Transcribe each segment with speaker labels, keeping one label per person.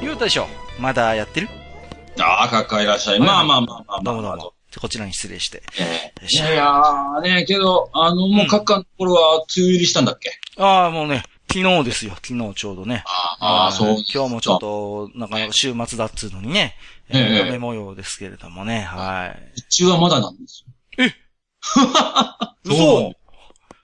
Speaker 1: ゆうたでしょまだやってる
Speaker 2: ああ、かっかいらっしゃい。まあまあまあまあ、
Speaker 1: どうもどうも。こちらに失礼して。
Speaker 2: え
Speaker 1: よ
Speaker 2: え
Speaker 1: いし
Speaker 2: い
Speaker 1: ょ
Speaker 2: やいやーね、けど、あの、もう閣下の頃は、梅雨入りしたんだっけ
Speaker 1: ああ、もうね、昨日ですよ。昨日ちょうどね。
Speaker 2: あああ、そう。
Speaker 1: 今日もちょっ。と、なかなか週末だっつうのにね、えー
Speaker 2: ええ
Speaker 1: 雨模様ですけれどもね、はい。
Speaker 2: 日中はまだなんですよ。そう
Speaker 1: 嘘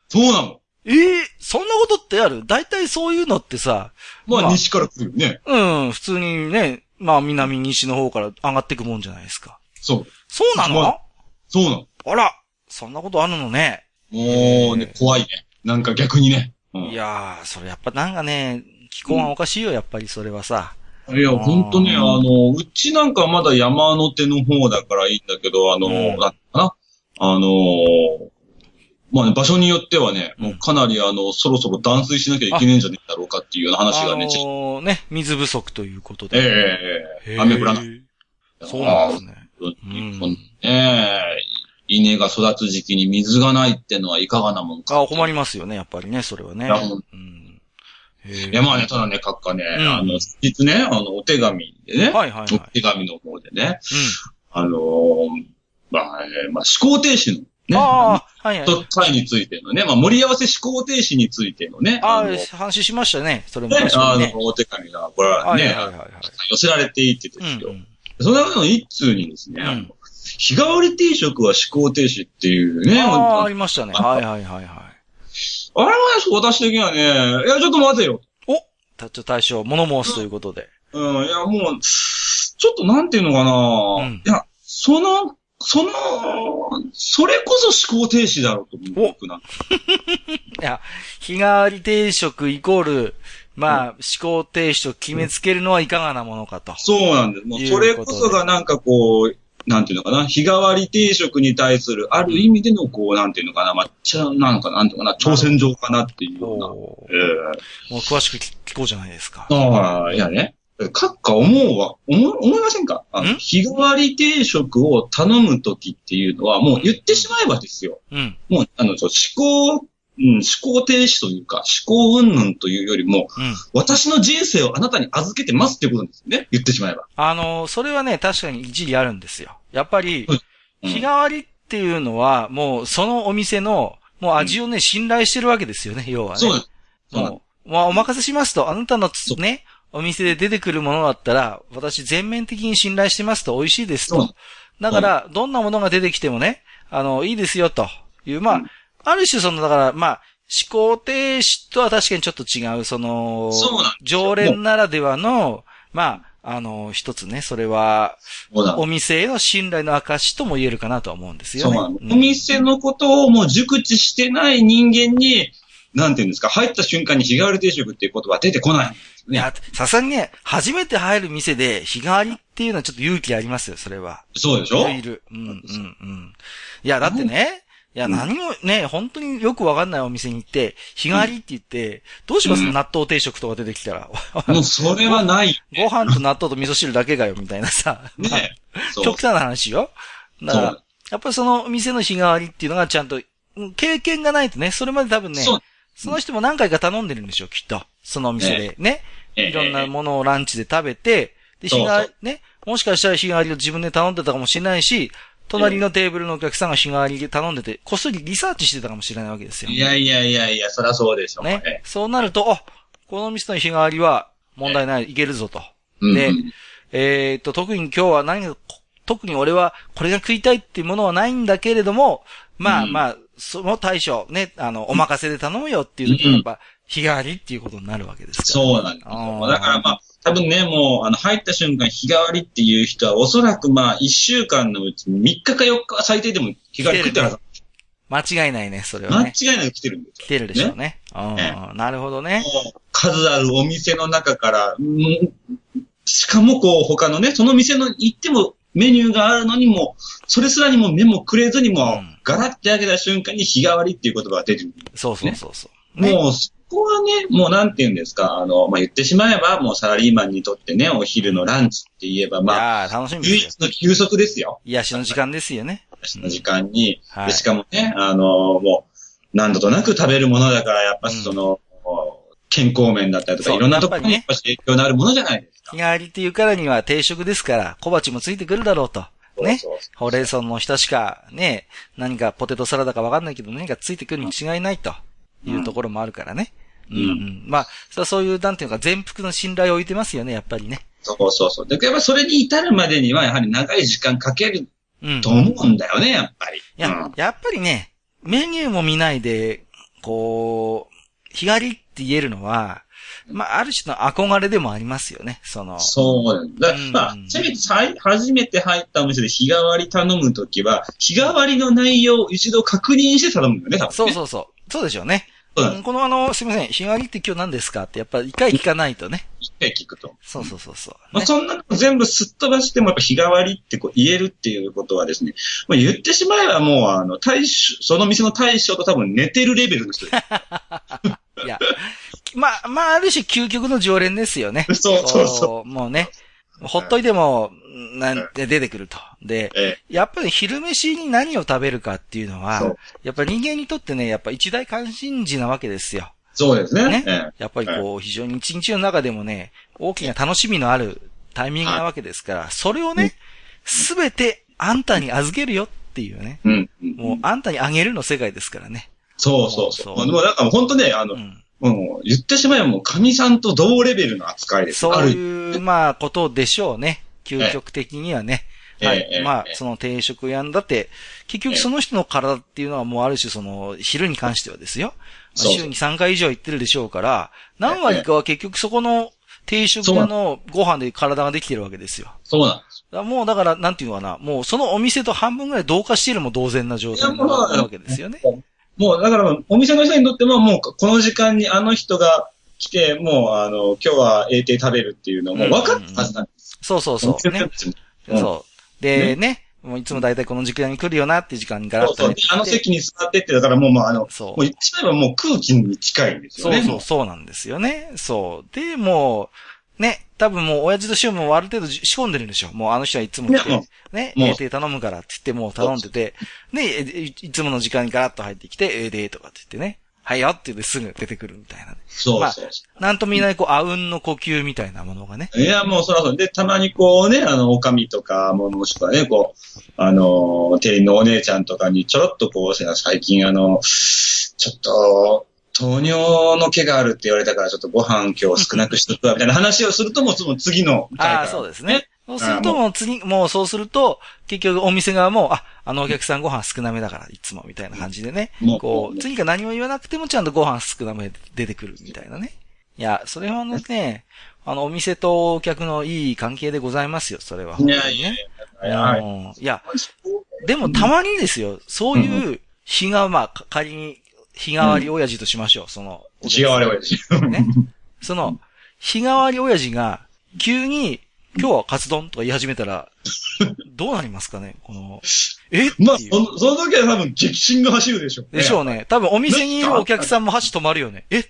Speaker 2: そうなの。
Speaker 1: えー、そんなことってある大体そういうのってさ、ま
Speaker 2: ま
Speaker 1: あ
Speaker 2: あ、西から来るよね。
Speaker 1: うん、普通にね、まあ南西の方から上がってくもんじゃないですか。
Speaker 2: そう。
Speaker 1: そうなの、
Speaker 2: まあそうなの。
Speaker 1: あら、そんなことあるのね。
Speaker 2: もうね、怖いね。なんか逆にね。うん
Speaker 1: いやー、それやっぱなんかね、気候がおかしいよ、やっぱりそれはさ。
Speaker 2: いや、ほんとね、
Speaker 1: あ
Speaker 2: あ
Speaker 1: ー
Speaker 2: の、うちなんかまだ山の手の方だからいいんだけど、あの、
Speaker 1: うん
Speaker 2: なんかな、あのーまあね、場所によってはね、もうかなりあの、そろそろ断水しなきゃいけねえんじゃねえだろうかっていうような話がね、
Speaker 1: あ
Speaker 2: ち
Speaker 1: のーね、水不足ということ
Speaker 2: えええ
Speaker 1: で。へ
Speaker 2: えええ
Speaker 1: ー
Speaker 2: 雨降らない。
Speaker 1: そうなんですね。
Speaker 2: 日本ね、え稲が育つ時期に水がないってのはいかがなもんか。
Speaker 1: あ、困りますよね、やっぱりね、それはね。
Speaker 2: いやほん
Speaker 1: うん。
Speaker 2: い
Speaker 1: い
Speaker 2: や、まあね、ただね、閣下ね、
Speaker 1: うん
Speaker 2: あの、先日ね、あの、お手紙でね、
Speaker 1: はいはいはい。うん。
Speaker 2: お手紙の方でね、あのーまあ、えーまあ、思考停止のね、
Speaker 1: ああ、はいはい。
Speaker 2: と会についてのね、まあ、盛り合わせ思考停止についてのね、
Speaker 1: ああ
Speaker 2: の、ね、
Speaker 1: ー、話しましたね、それも確
Speaker 2: あ
Speaker 1: かにね。
Speaker 2: の、お手紙が、これは
Speaker 1: はい
Speaker 2: ね、
Speaker 1: はいはいはい。
Speaker 2: 寄せられていてです
Speaker 1: うん
Speaker 2: よ。
Speaker 1: うん。
Speaker 2: その中の一通にですね、
Speaker 1: うん
Speaker 2: あの日替わり定食は思考停止っていうね、
Speaker 1: ああ、あ
Speaker 2: あ
Speaker 1: り
Speaker 2: れ
Speaker 1: ましたね。
Speaker 2: あ
Speaker 1: はいはいはいはい。
Speaker 2: はね、私的にはね、いや、ちょっと待てよ。
Speaker 1: たちょ大将、物申すということで。
Speaker 2: うん、いや、もう、ちょっとなんていうのかな、
Speaker 1: うん
Speaker 2: いや、その、その、それこそ思考停止だろうと思う。
Speaker 1: お
Speaker 2: 僕なんか
Speaker 1: 日替わり定食イコール、まあ、思考停止と決めつけるのはいかがなものかと。
Speaker 2: そうなんです。もう
Speaker 1: いうこ
Speaker 2: そ
Speaker 1: とで
Speaker 2: れこそがなんかこう、なんていうのかな、日替わり定食に対するある意味でのこう、なんていうのかな、抹茶なのかな、なんていうのかな、挑戦状かなっていうよう
Speaker 1: おー
Speaker 2: な。
Speaker 1: も
Speaker 2: え
Speaker 1: う詳しく聞聞こうじゃないですか
Speaker 2: え。ああ、いやね。閣下思うわ、思う、思いませんかあの
Speaker 1: ん
Speaker 2: 日替わり定食を頼むときっていうのは、もう言ってしまえばですよ。
Speaker 1: うん。
Speaker 2: もう、あの、そう思考、うん、思考停止というか、思考云々というよりも、
Speaker 1: うん。
Speaker 2: 私の人生をあなたに預けてますっていうことですね。言ってしまえば。
Speaker 1: あの、それはね、確かに一理あるんですよ。やっぱり、
Speaker 2: うん
Speaker 1: 日替わりっていうのは、もうそのお店の、もう味をね、信頼してるわけですよね、要はね。
Speaker 2: そうです。そうなんです
Speaker 1: もう、まあ、お任せしますと、あなたの
Speaker 2: そう
Speaker 1: ね、お店で出てくるものだったら、私全面的に信頼してますと、美味しいです
Speaker 2: そうなん
Speaker 1: と。だから、どんなものが出てきてもね、あの、いいですよという、まあ、
Speaker 2: うん
Speaker 1: ある種その、だから、まあ、思考停止とは確かにちょっと違う、その、
Speaker 2: そうなんですよ
Speaker 1: 常連ならではの、まあ、あの、一つね、それは、
Speaker 2: そうなんです
Speaker 1: お店への信頼の証とも言えるかなとは思うんですよ
Speaker 2: そう
Speaker 1: ね。
Speaker 2: なの。
Speaker 1: うん
Speaker 2: お店のことをもう熟知してない人間に、なんていうんですか、入った瞬間に日替わり定食っていう言葉は出てこない。
Speaker 1: いや、さすがにね、初めて入る店で日替わりっていうのはちょっと勇気ありますよ、それは。
Speaker 2: そうでし
Speaker 1: い
Speaker 2: ょ
Speaker 1: ろいろ。うん、うん、うん。いや、だってね、いや、
Speaker 2: うん
Speaker 1: 何もね、本当によくわかんないお店に行って、日替わりって言って、どうします
Speaker 2: うん
Speaker 1: 納豆定食とか出てきたら。
Speaker 2: もうそれはない。
Speaker 1: ご飯と納豆と味噌汁だけがよ、みたいなさ。
Speaker 2: ね。そう
Speaker 1: 極。端な話よ。だか
Speaker 2: そ
Speaker 1: ら
Speaker 2: う、
Speaker 1: やっぱりその店の日替わりっていうのがちゃんと、うん経験がないとね、それまで多分ね、
Speaker 2: そう
Speaker 1: その人も何回か頼んでるんでしょう、きっと。そのお店で。ね。
Speaker 2: ええ
Speaker 1: いろんなものをランチで食べて、で、日
Speaker 2: そうそう
Speaker 1: 替わり、ね。もしかしたら日替わりを自分で頼んでたかもしれないし、隣のテーブルのお客さんが日替わりで頼んでて、こっそりリサーチしてたかもしれないわけですよ。
Speaker 2: いやいやいやいや、そりゃそうでしょ。
Speaker 1: ね。そうなると、あ、この店の日替わりは問題ない、いけるぞと。
Speaker 2: うん
Speaker 1: でえーっと、特に今日は何が、こ特に俺はこれが食いたいっていうものはないんだけれども、まあ
Speaker 2: うん
Speaker 1: まあ、その対処、ね、あの、お任せで頼むよっていう時は
Speaker 2: うん
Speaker 1: やっぱ、日替わりっていうことになるわけですから。
Speaker 2: そうなんです
Speaker 1: あ
Speaker 2: よ。
Speaker 1: ー
Speaker 2: だからまあ、多分ね、もう、あの、入った瞬間日替わりっていう人は、おそらくまあ、1週間のうち3日か4日は最低でも日替わり食ってるはず。
Speaker 1: 間違いないね、それは
Speaker 2: 間
Speaker 1: ね。
Speaker 2: 違いなく来てるんですよ。
Speaker 1: 来てるでしょうね。うん。なるほどね。
Speaker 2: もう数あるお店の中から、うんしかもこう他のね、その店の行ってもメニューがあるのにも、それすらにも目もくれずにも、
Speaker 1: うん
Speaker 2: ガラッて開けた瞬間に日替わりっていう言葉が出てくる。
Speaker 1: そうそうそうそう。ね。
Speaker 2: もうそこはね、もうなんて言うんですか、あの、まあ、言ってしまえばもうサラリーマンにとってね、お昼のランチって言えば、
Speaker 1: い
Speaker 2: まあ、
Speaker 1: やー楽しみで
Speaker 2: 唯
Speaker 1: すよ
Speaker 2: 一。の休息ですよ。
Speaker 1: 癒しの時間ですよね。
Speaker 2: 私の時間に、
Speaker 1: はい
Speaker 2: でしかもね、あのもう、何度となく食べるものだから、やっぱその、健康面だったりと
Speaker 1: そ
Speaker 2: か、
Speaker 1: う
Speaker 2: いろんなところ
Speaker 1: や
Speaker 2: にや
Speaker 1: っ
Speaker 2: っぱし影響のあるものじゃないですか。
Speaker 1: 日替わりっていうからには定食ですから、小鉢もついてくるだろうと。ね。
Speaker 2: そうそう
Speaker 1: ほうれん草のおひたしか、ね、何かポテトサラダかわかんないけど、何かついてくるに違いないというところもあるからね。うん、
Speaker 2: ん
Speaker 1: うん、まあ、それはそういう、なんていうのか、全幅の信頼を置いてますよね、やっぱりね。
Speaker 2: そうそうそう。で、やっぱそれに至るまでには、やはり長い時間かける
Speaker 1: うん。
Speaker 2: と思うんだよね、やっぱり。
Speaker 1: いや、やっぱりね、メニューも見ないで、こう、日帰りって言えるのは、まあ、ある種の憧れでもありますよね、その。
Speaker 2: そうだ。だ
Speaker 1: うん
Speaker 2: まあ、せめてさい初めて入ったお店で日替わり頼むときは、日替わりの内容を一度確認して頼むよね、多分ね。
Speaker 1: そうそうそう。そうでしょうね。
Speaker 2: そう
Speaker 1: うんこのあの、すみません、日帰りって今日何ですかって、やっぱり一回聞かないとね。
Speaker 2: 一回聞くと。
Speaker 1: そうそうそうそう。
Speaker 2: ま
Speaker 1: ね
Speaker 2: あ、そんなの全部すっ飛ばしてもやっぱ日替わりってこう言えるっていうことはですね、まあ、言ってしまえばもうあの、大将、その店の大将と多分寝てるレベルの 人で
Speaker 1: いや、まあ、まあ、ある種究極の常連ですよね。
Speaker 2: す。そうそうそ
Speaker 1: こう。もうね、ほっといても、なんて出てくると。で、
Speaker 2: う。ええ
Speaker 1: やっぱり昼飯に何を食べるかっていうの
Speaker 2: そ
Speaker 1: は
Speaker 2: う、
Speaker 1: やっぱり人間にとってね、やっぱ一大関心事なわけですよ。
Speaker 2: そうですね。
Speaker 1: ね
Speaker 2: ええ
Speaker 1: やっぱりこう、非常に一日の中でもね、大きな楽しみのあるタイミングなわけですから、それをね、すべてあんたに預けるよっていうね。
Speaker 2: うん、うん
Speaker 1: もうあんたにあげるの世界ですからね。
Speaker 2: そうそうそ
Speaker 1: そう
Speaker 2: う。
Speaker 1: そう
Speaker 2: もうでもなんか本当ね、あの、
Speaker 1: うん。
Speaker 2: もう言ってしまえばもう神さんと同レベルの扱いです。
Speaker 1: そう
Speaker 2: ある
Speaker 1: いう、まあ、ことでしょうね。究極的にはね。
Speaker 2: ええ
Speaker 1: は
Speaker 2: えええ
Speaker 1: い。
Speaker 2: え
Speaker 1: まあ、その定食屋んだって、結局その人の体っていうのはもうある種その、昼に関してはですよ。まあ
Speaker 2: そうそう
Speaker 1: 週に3回以上行ってるでしょうから、何割かは結局そこの定食屋のご飯で体ができてるわけですよ。
Speaker 2: そうなんです。
Speaker 1: だからもうだから、なんていうのかな、もうそのお店と半分ぐらい同化しているも同然な状態なわけですよね。
Speaker 2: もうだからお店の人にとってももうこの時間にあの人が来て、もうあの、今日は A 定食べるっていうのはもう分かったはずなんです。
Speaker 1: そうそうそう。ね
Speaker 2: お店の人。たちもうん
Speaker 1: そう。で、ね、もういつも大体この時間に来るよなっていう時間にガラッ
Speaker 2: そうそ
Speaker 1: と
Speaker 2: う
Speaker 1: ね。。
Speaker 2: あの席に座ってって、だからもう、まあ、あの、も
Speaker 1: そう
Speaker 2: う言っちまえばもう空気に近いんですよ
Speaker 1: そう
Speaker 2: ね。
Speaker 1: そう、そうなんですよね。そう。で、もう、ね、多分もう親父としてももうある程度仕込んでるんでしょ。もうあの人はいつも来
Speaker 2: ねも
Speaker 1: て、ね、
Speaker 2: もう
Speaker 1: A で頼むからって言ってもう頼んでて、ね、えいいつもの時間にガラッと入ってきて、A でとかって言ってね、はいよって言ってすぐ出てくるみたいなね。
Speaker 2: そう
Speaker 1: まあ
Speaker 2: そうそ
Speaker 1: なんとも言えないこう、あうんの呼吸みたいなものがね。
Speaker 2: ういや、もうそらそう。で、たまにこうね、あの、おかみとか、ももしくはね、こう、あの、店員のお姉ちゃんとかにちょろっとこう、せな最近あの、ちょっと、糖尿の毛があるって言われたから、ちょっとご飯今日少なくしとくわ、みたいな話をすると、もうその次の回から。
Speaker 1: ああ、そうですね。。そうする
Speaker 2: あ
Speaker 1: と
Speaker 2: ー
Speaker 1: もう次、もうそうすると、結局お店側も、あ、あのお客さんご飯少なめだから、いつもみたいな感じでね。
Speaker 2: もう
Speaker 1: こ
Speaker 2: も
Speaker 1: う、
Speaker 2: う
Speaker 1: 次から何も言わなくてもちゃんとご飯少なめで出てくるみたいなね。いや、それはあのね、あの、お店とお客のいい関係でございますよ、それは。
Speaker 2: いやいやい
Speaker 1: ね
Speaker 2: やいや、はい。
Speaker 1: うんいや、でもたまにですよ、そういう日が、まあ、か仮に日替わり親父としましょう、その。
Speaker 2: 違うあれはですよ。
Speaker 1: ね。その、日替わり親父が、急に、今日はカツ丼とか言い始めた ら、どうなりますかねこの、えって
Speaker 2: まあ、
Speaker 1: い。
Speaker 2: そうのその時は多分激震が走るでしょうね。
Speaker 1: でしょうね。多分お店にいるお客さんも箸止まるよね。 え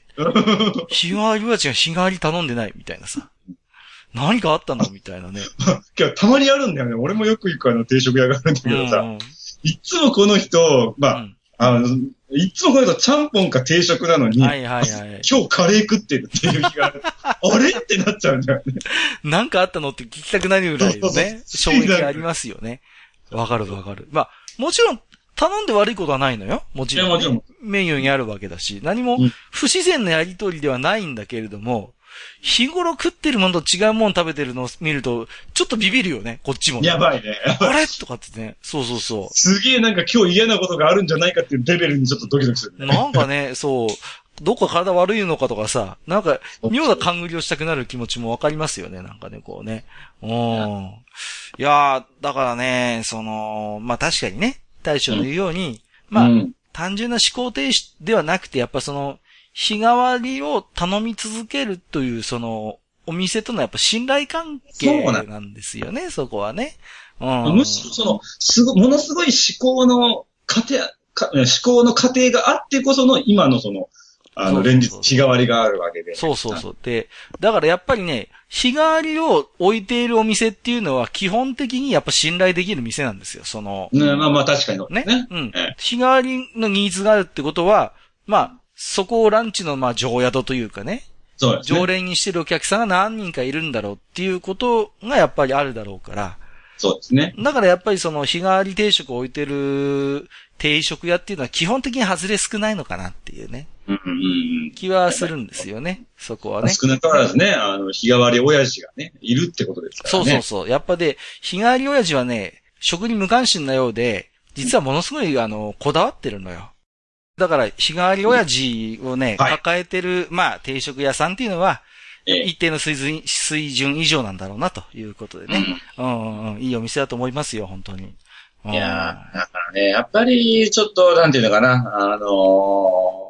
Speaker 1: 日替わり親父が日替わり頼んでないみたいなさ。何かあったのみたいなね。
Speaker 2: 今日たまにあるんだよね。俺もよく行くあの定食屋があるんだけど
Speaker 1: う
Speaker 2: さ、
Speaker 1: ん
Speaker 2: いつもこの人、まあ、
Speaker 1: うん
Speaker 2: あの、いつもこの人、ちゃんぽんか定食なのに、
Speaker 1: はいはいはい。
Speaker 2: 今日カレー食ってるっていう日 がある。あれってなっちゃうんだよね。
Speaker 1: なんかあったのって聞きたくなるぐらいのね、衝
Speaker 2: そうそう
Speaker 1: 撃ありますよね。わかるわかる。まあ、もちろん、頼んで悪いことはないのよ。もちろん、
Speaker 2: いやもちろん
Speaker 1: メニューにあるわけだし、何も
Speaker 2: うん
Speaker 1: 不自然なやりとりではないんだけれども、日頃食ってるものと違うもの食べてるのを見ると、ちょっとビビるよね、こっちも。
Speaker 2: やばいね。
Speaker 1: あれとかってね、そうそうそ
Speaker 2: すげえなんか今日嫌なことがあるんじゃないかっていうレベルにちょっとドキドキする
Speaker 1: う。
Speaker 2: ね。
Speaker 1: なんかね、 そう、どっか体悪いのかとかさ、なんか、妙な勘繰りをしたくなる気持ちもわかりますよね、なんかね、こうね。うん。いやー、だからね、その、まあ確かにね、大将の言うように、まあ、
Speaker 2: うん
Speaker 1: 単純な思考停止ではなくて、やっぱその、日替わりを頼み続けるという、その、お店とのやっぱ信頼関係
Speaker 2: そうな
Speaker 1: なんですよね、そこはね。うん。
Speaker 2: むしろその、すご、ものすごい思考の過程、か思考の過程があってこその今のその、あ
Speaker 1: そ
Speaker 2: の、
Speaker 1: うそう
Speaker 2: 連日
Speaker 1: そう
Speaker 2: 日替わりがあるわけで。
Speaker 1: そうそうそう。で、だからやっぱりね、日替わりを置いているお店っていうのは基本的にやっぱ信頼できる店なんですよ、その。
Speaker 2: ね、まあまあ確かにそうで
Speaker 1: ね
Speaker 2: すね。。
Speaker 1: うん
Speaker 2: え。
Speaker 1: 日替わりのニーズがあるってことは、まあ、そこをランチの、まあ、常宿というかね、
Speaker 2: そうです
Speaker 1: 常
Speaker 2: ね。
Speaker 1: 連にしてるお客さんが何人かいるんだろうっていうことがやっぱりあるだろうから、
Speaker 2: そうですね。
Speaker 1: だからやっぱりその日替わり定食を置いてる定食屋っていうのは基本的に外れ少ないのかなっていうね、
Speaker 2: うんうんうん
Speaker 1: 気はするんですよね、そこは
Speaker 2: うん。
Speaker 1: ね。
Speaker 2: 少なからずね、あの、日替わり親父がね、いるってことですか
Speaker 1: そ
Speaker 2: ら
Speaker 1: うそう
Speaker 2: ね。
Speaker 1: そう。やっぱで、日替わり親父はね、食に無関心なようで、実はものすごい、あの、こだわってるのよ。だから、日替わり親父をね、
Speaker 2: はい
Speaker 1: 抱えてる、まあ、定食屋さんっていうのは、
Speaker 2: ええ
Speaker 1: 一定の水準、水準以上なんだろうな、ということでね。うんうんうん。いいお店だと思いますよ、本当に。うん
Speaker 2: いやー、だからね、やっぱり、ちょっと、なんていうのかな、あの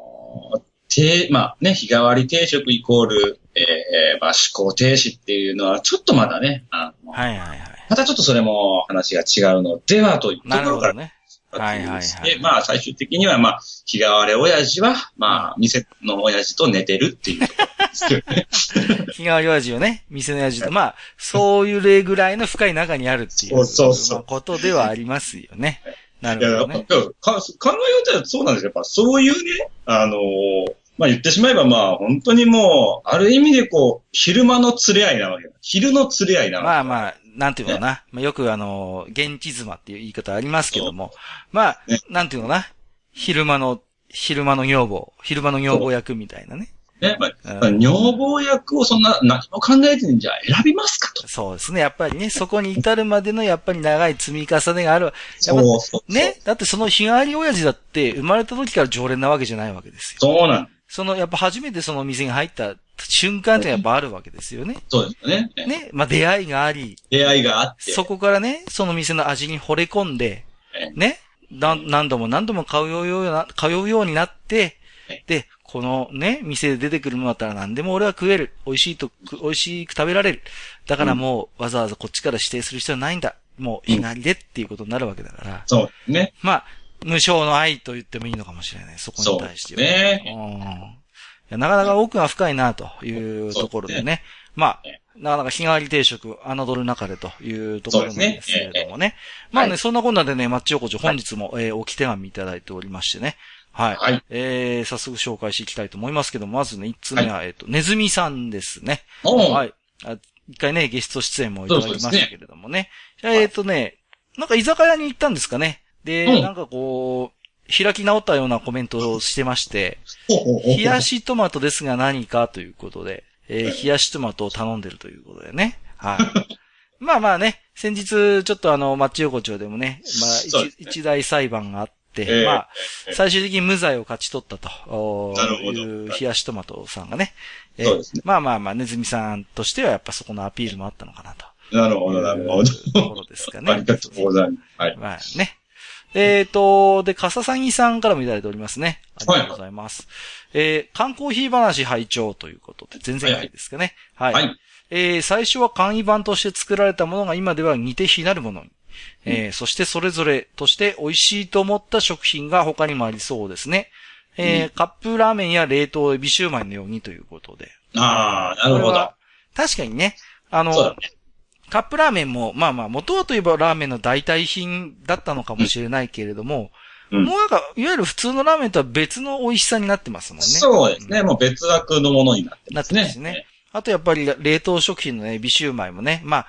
Speaker 2: ー、て、まあね、日替わり定食イコール、えー、まあ思考停止っていうのは、ちょっとまだね、あの
Speaker 1: はいはいはい。
Speaker 2: またちょっとそれも話が違うのではというと
Speaker 1: な
Speaker 2: こ
Speaker 1: る
Speaker 2: ろ
Speaker 1: ほ
Speaker 2: か
Speaker 1: ど
Speaker 2: ら、
Speaker 1: ね。
Speaker 2: はいはい
Speaker 1: はいはいはい
Speaker 2: まあ最終的には、まあ、日替わり親父は、まあ、店の親父と寝てるっていうところですよね。
Speaker 1: 日替わり親父をね、店の親父と、まあ、そういう例ぐらいの深い中にあるっていう、
Speaker 2: そうそうそう
Speaker 1: まあことではありますよね。なる
Speaker 2: いや、
Speaker 1: ほ
Speaker 2: や
Speaker 1: ど
Speaker 2: っぱ
Speaker 1: ね。
Speaker 2: か考えようとはそうなんですよ。やっぱそういうね、あのーまあ言ってしまえばまあ本当にもう、ある意味でこう、昼間の釣り合いなわけだ。昼の釣り合いなわけだ。
Speaker 1: まあまあ、なんていうのかな。まあ、よくあの、現地妻っていう言い方ありますけども。まあ
Speaker 2: ね、
Speaker 1: なんていうのかな。昼間の、昼間の女房、昼間の女房役みたいなね。
Speaker 2: ね、まあ
Speaker 1: うん
Speaker 2: まあ女房役をそんな何も考えずにじゃあ選びますかと。
Speaker 1: そうですね。やっぱりね、そこに至るまでのやっぱり長い積み重ねがある。やっぱ
Speaker 2: そうそう。
Speaker 1: ね。だってその日替わり親父だって生まれた時から常連なわけじゃないわけですよ。
Speaker 2: そうなん
Speaker 1: その、やっぱ初めてその店に入った瞬間ってやっぱあるわけですよね。
Speaker 2: そうですよね。ね
Speaker 1: ね。まあ、出会いがあり、
Speaker 2: 出会いがあって。
Speaker 1: そこからね、その店の味に惚れ込んで、
Speaker 2: え
Speaker 1: ね、な何度も何度も通うような、通うようになって
Speaker 2: え、
Speaker 1: で、このね、店で出てくるものだったら何でも俺は食える。美味しいと、く美味しく食べられる。だからもうわざわざこっちから指定する必要はないんだ。もう日帰りでっていうことになるわけだから。
Speaker 2: そうですね。
Speaker 1: まあ、無償の愛と言ってもいいのかもしれない。そこ
Speaker 2: そ
Speaker 1: に
Speaker 2: うで
Speaker 1: 対して
Speaker 2: す
Speaker 1: は。
Speaker 2: ね。
Speaker 1: うんいやなかなか奥が深いなというところで
Speaker 2: そうです
Speaker 1: ね。まあ
Speaker 2: え、
Speaker 1: なかなか日替わり定食、侮るなかれというところなんですけれどもね。まあ
Speaker 2: は
Speaker 1: ね、
Speaker 2: い
Speaker 1: そんなこんなでね、マッチ横丁本日も、えー置き手紙いただいておりましてね。はい。
Speaker 2: はい。
Speaker 1: えー、早速紹介していきたいと思いますけども、まずね、一つ目は、えっ、と、ネズミさんですね。
Speaker 2: おう
Speaker 1: はい。あ一回ね、ゲスト出演もいただきま
Speaker 2: そうです
Speaker 1: した
Speaker 2: ね
Speaker 1: けれどもね。
Speaker 2: い
Speaker 1: えっ、とね、なんか居酒屋に行ったんですかね。で、
Speaker 2: うん
Speaker 1: なんかこう、開き直ったようなコメントをしてまして、
Speaker 2: ほうほうほうほう
Speaker 1: 冷やしトマトですが何かということで、えー冷やしトマトを頼んでるということでね。 はい。まあまあね、先日、ちょっとあの、町横丁でもね、まあ
Speaker 2: そうで
Speaker 1: 一
Speaker 2: す、ね
Speaker 1: 一大裁判があって、
Speaker 2: ええ
Speaker 1: まあ
Speaker 2: え、え
Speaker 1: 最終的に無罪を勝ち取ったと、おー
Speaker 2: なるほど
Speaker 1: いう冷やしトマトさんがね、えー
Speaker 2: そうですね
Speaker 1: まあまあまあ、ネズミさんとしてはやっぱそこのアピールもあったのかなと。
Speaker 2: なるほど、なるほど。
Speaker 1: ところですかね。
Speaker 2: ありがとうございます。はい。
Speaker 1: まあね。えっ、と、で、笠さぎさんからもいただいておりますね。ありがとうございます。えー缶コーヒー話拝聴ということで、前々回ですかね。はい、
Speaker 2: はい。
Speaker 1: えー最初は簡易版として作られたものが今では似て非なるものに。えーそしてそれぞれとして美味しいと思った食品が他にもありそうですね。えーカップラーメンや冷凍エビシューマイのようにということで。
Speaker 2: ああ、なるほ
Speaker 1: これ
Speaker 2: ど
Speaker 1: は。確かにね、あの、
Speaker 2: そうだね。
Speaker 1: カップラーメンも、まあまあ、元はといえばラーメンの代替品だったのかもしれないけれども、
Speaker 2: うん
Speaker 1: もうなんか、いわゆる普通のラーメンとは別の美味しさになってますもんね。
Speaker 2: そうですね。もう別枠のものになってますね。
Speaker 1: なってますねあとやっぱり冷凍食品のねエビシューマイもね、まあ、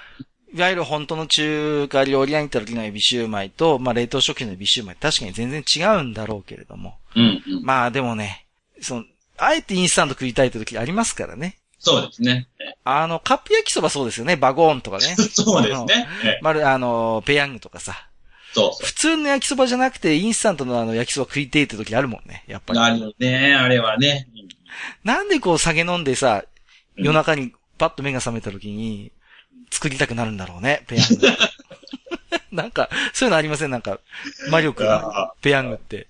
Speaker 1: いわゆる本当の中華料理屋に行った時のエビシューマイと、まあ冷凍食品のエビシューマイ確かに全然違うんだろうけれども。
Speaker 2: うんうん。
Speaker 1: まあでもね、その、あえてインスタント食いたいって時ありますからね。
Speaker 2: そうですね。。
Speaker 1: あの、カップ焼きそばそうですよね。バゴーンとかね
Speaker 2: そうですね。ええ
Speaker 1: まる、あの、ペヤングとかさ。
Speaker 2: そうそ
Speaker 1: 普通の焼きそばじゃなくて、インスタントのあの焼きそば食いてえって時あるもんね、やっぱ
Speaker 2: う。あ
Speaker 1: り。
Speaker 2: るよね。あれはね。
Speaker 1: なんでこう酒飲んでさ、
Speaker 2: うん
Speaker 1: 夜中にパッと目が覚めた時に、作りたくなるんだろうね、ペヤ ング。なんか、そういうのありませんなんか、魔力が、ペヤングって。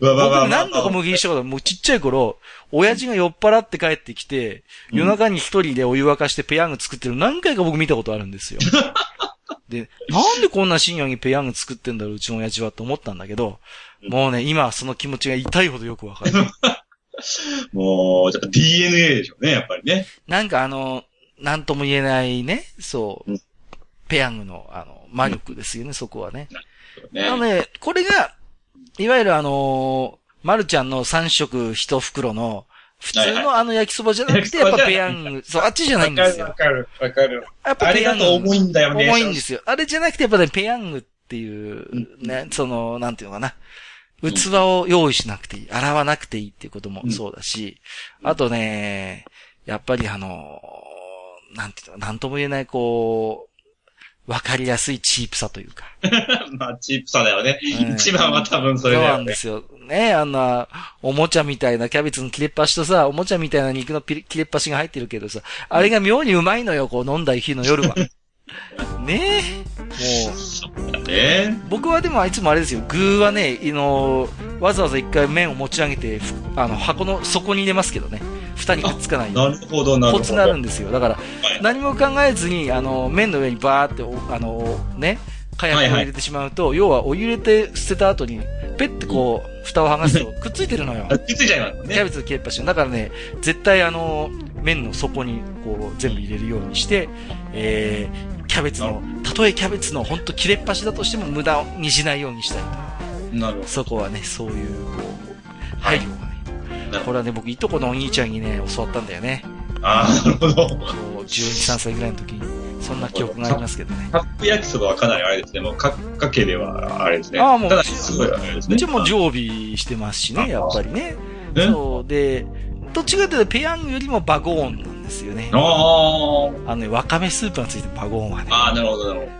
Speaker 2: わわわわ
Speaker 1: 僕何度か麦にしたことあるもうちっちゃい頃、親父が酔っ払って帰ってきて、夜中に一人でお湯沸かしてペヤング作ってるの何回か僕見たことあるん ですよ。で、なんでこんな深夜にペヤング作ってんだろう、うちの親父はと思ったんだけど、もうね、今その気持ちが痛いほどよくわかる。
Speaker 2: もう、やっぱ DNA でしょうね、やっぱりね。
Speaker 1: なんかあの、なんとも言えないね、そう
Speaker 2: うん、
Speaker 1: ペヤングの、あの、魔力ですよね、そこはね。
Speaker 2: ね
Speaker 1: なので、これが、いわゆるあのー、まるちゃんの3食1袋の、普通
Speaker 2: はい
Speaker 1: のあの焼きそばじゃなくて、やっぱペヤング、そう、あっちじゃないんです
Speaker 2: わ
Speaker 1: よ。
Speaker 2: かる、わかる。
Speaker 1: やっぱ
Speaker 2: あ
Speaker 1: ペ
Speaker 2: れ
Speaker 1: ヤ
Speaker 2: だ
Speaker 1: ング。
Speaker 2: と重いんだよね。
Speaker 1: 重いんですよ。あれじゃなくて、やっぱね、ペヤングっていう、ね、その、なんていうのかな。
Speaker 2: うん
Speaker 1: 器を用意しなくていい。洗わなくていいっていうことも
Speaker 2: うん
Speaker 1: そうだし、
Speaker 2: うん
Speaker 1: あとね、やっぱりあの、なんていうの、なんとも言えない、こう、わかりやすいチープさというか。
Speaker 2: まあ、チップさだよね。
Speaker 1: うん
Speaker 2: 一番は多分そ
Speaker 1: そう
Speaker 2: れだ
Speaker 1: な
Speaker 2: よ
Speaker 1: ん
Speaker 2: ね
Speaker 1: で。すよ。ねあんな、おもちゃみたいなキャベツの切れっ端とさ、おもちゃみたいな肉のピリ切れっ端が入ってるけどさ、あれが妙にうまいのよ、こう飲んだ日の夜は。ねえ。もう、
Speaker 2: ね。
Speaker 1: 僕はでもいつもあれですよ、具はね、あのわざわざ一回麺を持ち上げて、ふあの、箱の底に入れますけどね、蓋にくっつかないよ
Speaker 2: な
Speaker 1: うに。
Speaker 2: るほど、なるほ
Speaker 1: コ
Speaker 2: ど。
Speaker 1: ツがあるんですよ。だから、
Speaker 2: はい
Speaker 1: 何も考えずに、あの、麺の上にバーって、おあの、ね、火薬を入れてしまうと、要はお湯入れて捨てた後に、ペッてこう、蓋を剥がすと、くっついてるのよ。
Speaker 2: あくっついちゃいますもん
Speaker 1: キャ
Speaker 2: ね。
Speaker 1: ベツの切れっ端がだからね、絶対あの、麺の底に、こう、全部入れるようにして、えー、キャベツの、たとえキャベツのほんと切れっ端だとしても無駄にしないようにしたい。
Speaker 2: なるほ
Speaker 1: そこはね、そういう、こう、
Speaker 2: は
Speaker 1: 配
Speaker 2: い
Speaker 1: 慮がね。
Speaker 2: ど。
Speaker 1: これはね、僕、いとこのお兄ちゃんにね、教わったんだよね。
Speaker 2: ああ、なるほど。
Speaker 1: こう、12、3歳ぐらいの時に。そんな記憶がありますけどね。
Speaker 2: カップ焼きそばはかなりあれですね。もう、か、かけではあれですね。
Speaker 1: ああもう
Speaker 2: かなりすごいあれですね。
Speaker 1: うちも常備してますしね、やっぱりね。
Speaker 2: ね
Speaker 1: そう、で、どっちかというと、ペヤングよりもバゴーンなんですよね。
Speaker 2: あー
Speaker 1: あのね、わかめスープがついてるバゴーンはね。
Speaker 2: あー、なるほど、なるほど。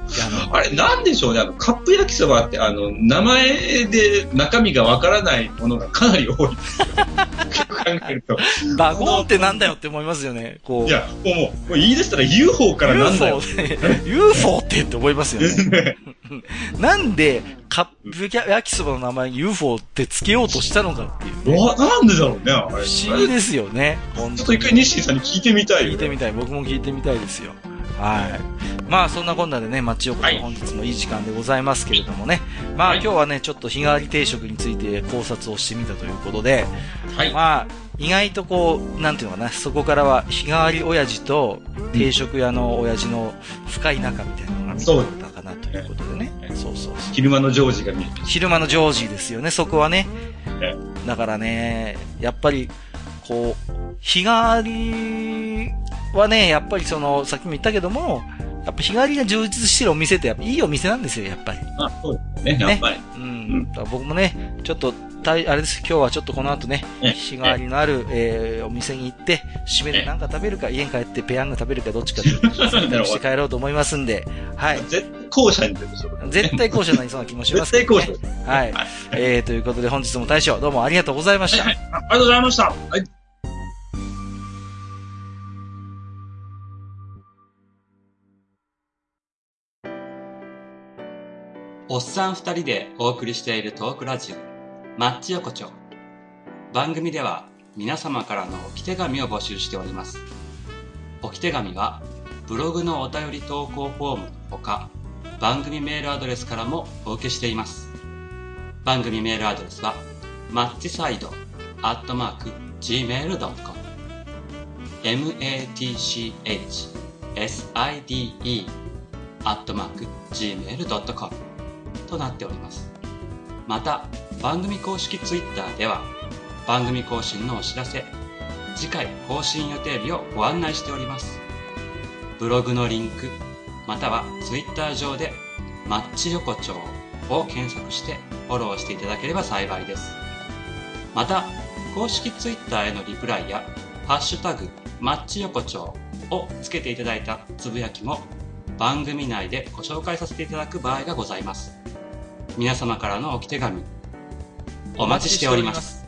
Speaker 1: あの
Speaker 2: あれ、なんでしょうね、あの、カップ焼きそばって、あの、名前で中身がわからないものがかなり多いですよ。結構考え ると。
Speaker 1: バゴーンってなんだよって思いますよね。こう。
Speaker 2: いや、もう、もう言い出したら UFO からなんだよ
Speaker 1: UFO。UFO ってって思いますよね。
Speaker 2: ね
Speaker 1: なんで、カップ焼きそばの名前に UFO って付けようとしたのかっていう、ね。
Speaker 2: わなんでだろうね、あれ。
Speaker 1: 不
Speaker 2: ち
Speaker 1: 思議
Speaker 2: ょ
Speaker 1: ですよね。ほん
Speaker 2: っと一回西シさんに聞いてみたい
Speaker 1: 聞
Speaker 2: よ
Speaker 1: い。てみたい。僕も聞いてみたいですよ。はい。まあ、そんなこんなでね、町横
Speaker 2: はい
Speaker 1: 本日もいい時間でございますけれどもね。まあ、
Speaker 2: はい
Speaker 1: 今日はね、ちょっと日替わり定食について考察をしてみたということで、
Speaker 2: はい。
Speaker 1: まあ、意外とこう、なんていうのかな、そこからは日替わり親父と定食屋の親父の深い仲みたいなのが見
Speaker 2: そう
Speaker 1: えたかなということでね。そうそうそう。
Speaker 2: 昼間のジョージが見えてる。
Speaker 1: 昼間のジョージですよね、そこはね
Speaker 2: え。
Speaker 1: だからね、やっぱり、こう、日替わりはね、やっぱりその、さっきも言ったけども、やっぱ日替わりが充実してるお店って、やっぱいいお店なんですよ、やっぱり。
Speaker 2: あ、そうですね、やっぱ り。
Speaker 1: うん。だから僕もね、ちょっと、たいあれです、今日はちょっとこの後ね、
Speaker 2: ええ
Speaker 1: 日替わりのある、えーお店に行って、締め
Speaker 2: え
Speaker 1: で
Speaker 2: え
Speaker 1: 何か食べるか、家に帰ってペヤング食べるか、どっちかでして帰ろうと思いますんで、はい。
Speaker 2: 絶対後者に出るそれ
Speaker 1: 絶対後者になりそうな気もしま
Speaker 2: 絶
Speaker 1: すけ
Speaker 2: 対
Speaker 1: ど、ね。
Speaker 2: 後者。
Speaker 1: はい
Speaker 2: はい。
Speaker 1: えー、ということで本日も大将どうもありがとうございました。
Speaker 2: はいあありがとうございました。はい。
Speaker 3: おっさん二人でお送りしているトークラジオ、マッチ横丁。番組では皆様からの置き手紙を募集しております。置き手紙は、ブログのお便り投稿フォームのほか、番組メールアドレスからもお受けしています。番組メールアドレスは、マッチサイド、アットマーク、gmail.com。m-a-t-c-h-s-i-d-e、アットマーク、gmail.com。となっておりますまた番組公式 Twitter では番組更新のお知らせ次回更新予定日をご案内しておりますブログのリンクまたは Twitter 上で「マッチ横丁」を検索してフォローしていただければ幸いですまた公式 Twitter へのリプライや「ハッシュタグマッチ横丁」をつけていただいたつぶやきも番組内でご紹介させていただく場合がございます皆様からのお手紙お待ちしております